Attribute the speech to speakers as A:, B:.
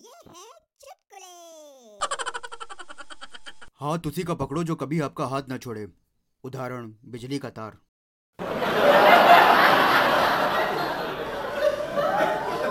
A: हैं चुटकुले
B: हाथ उसी का पकड़ो जो कभी आपका हाथ न छोड़े उदाहरण बिजली का तार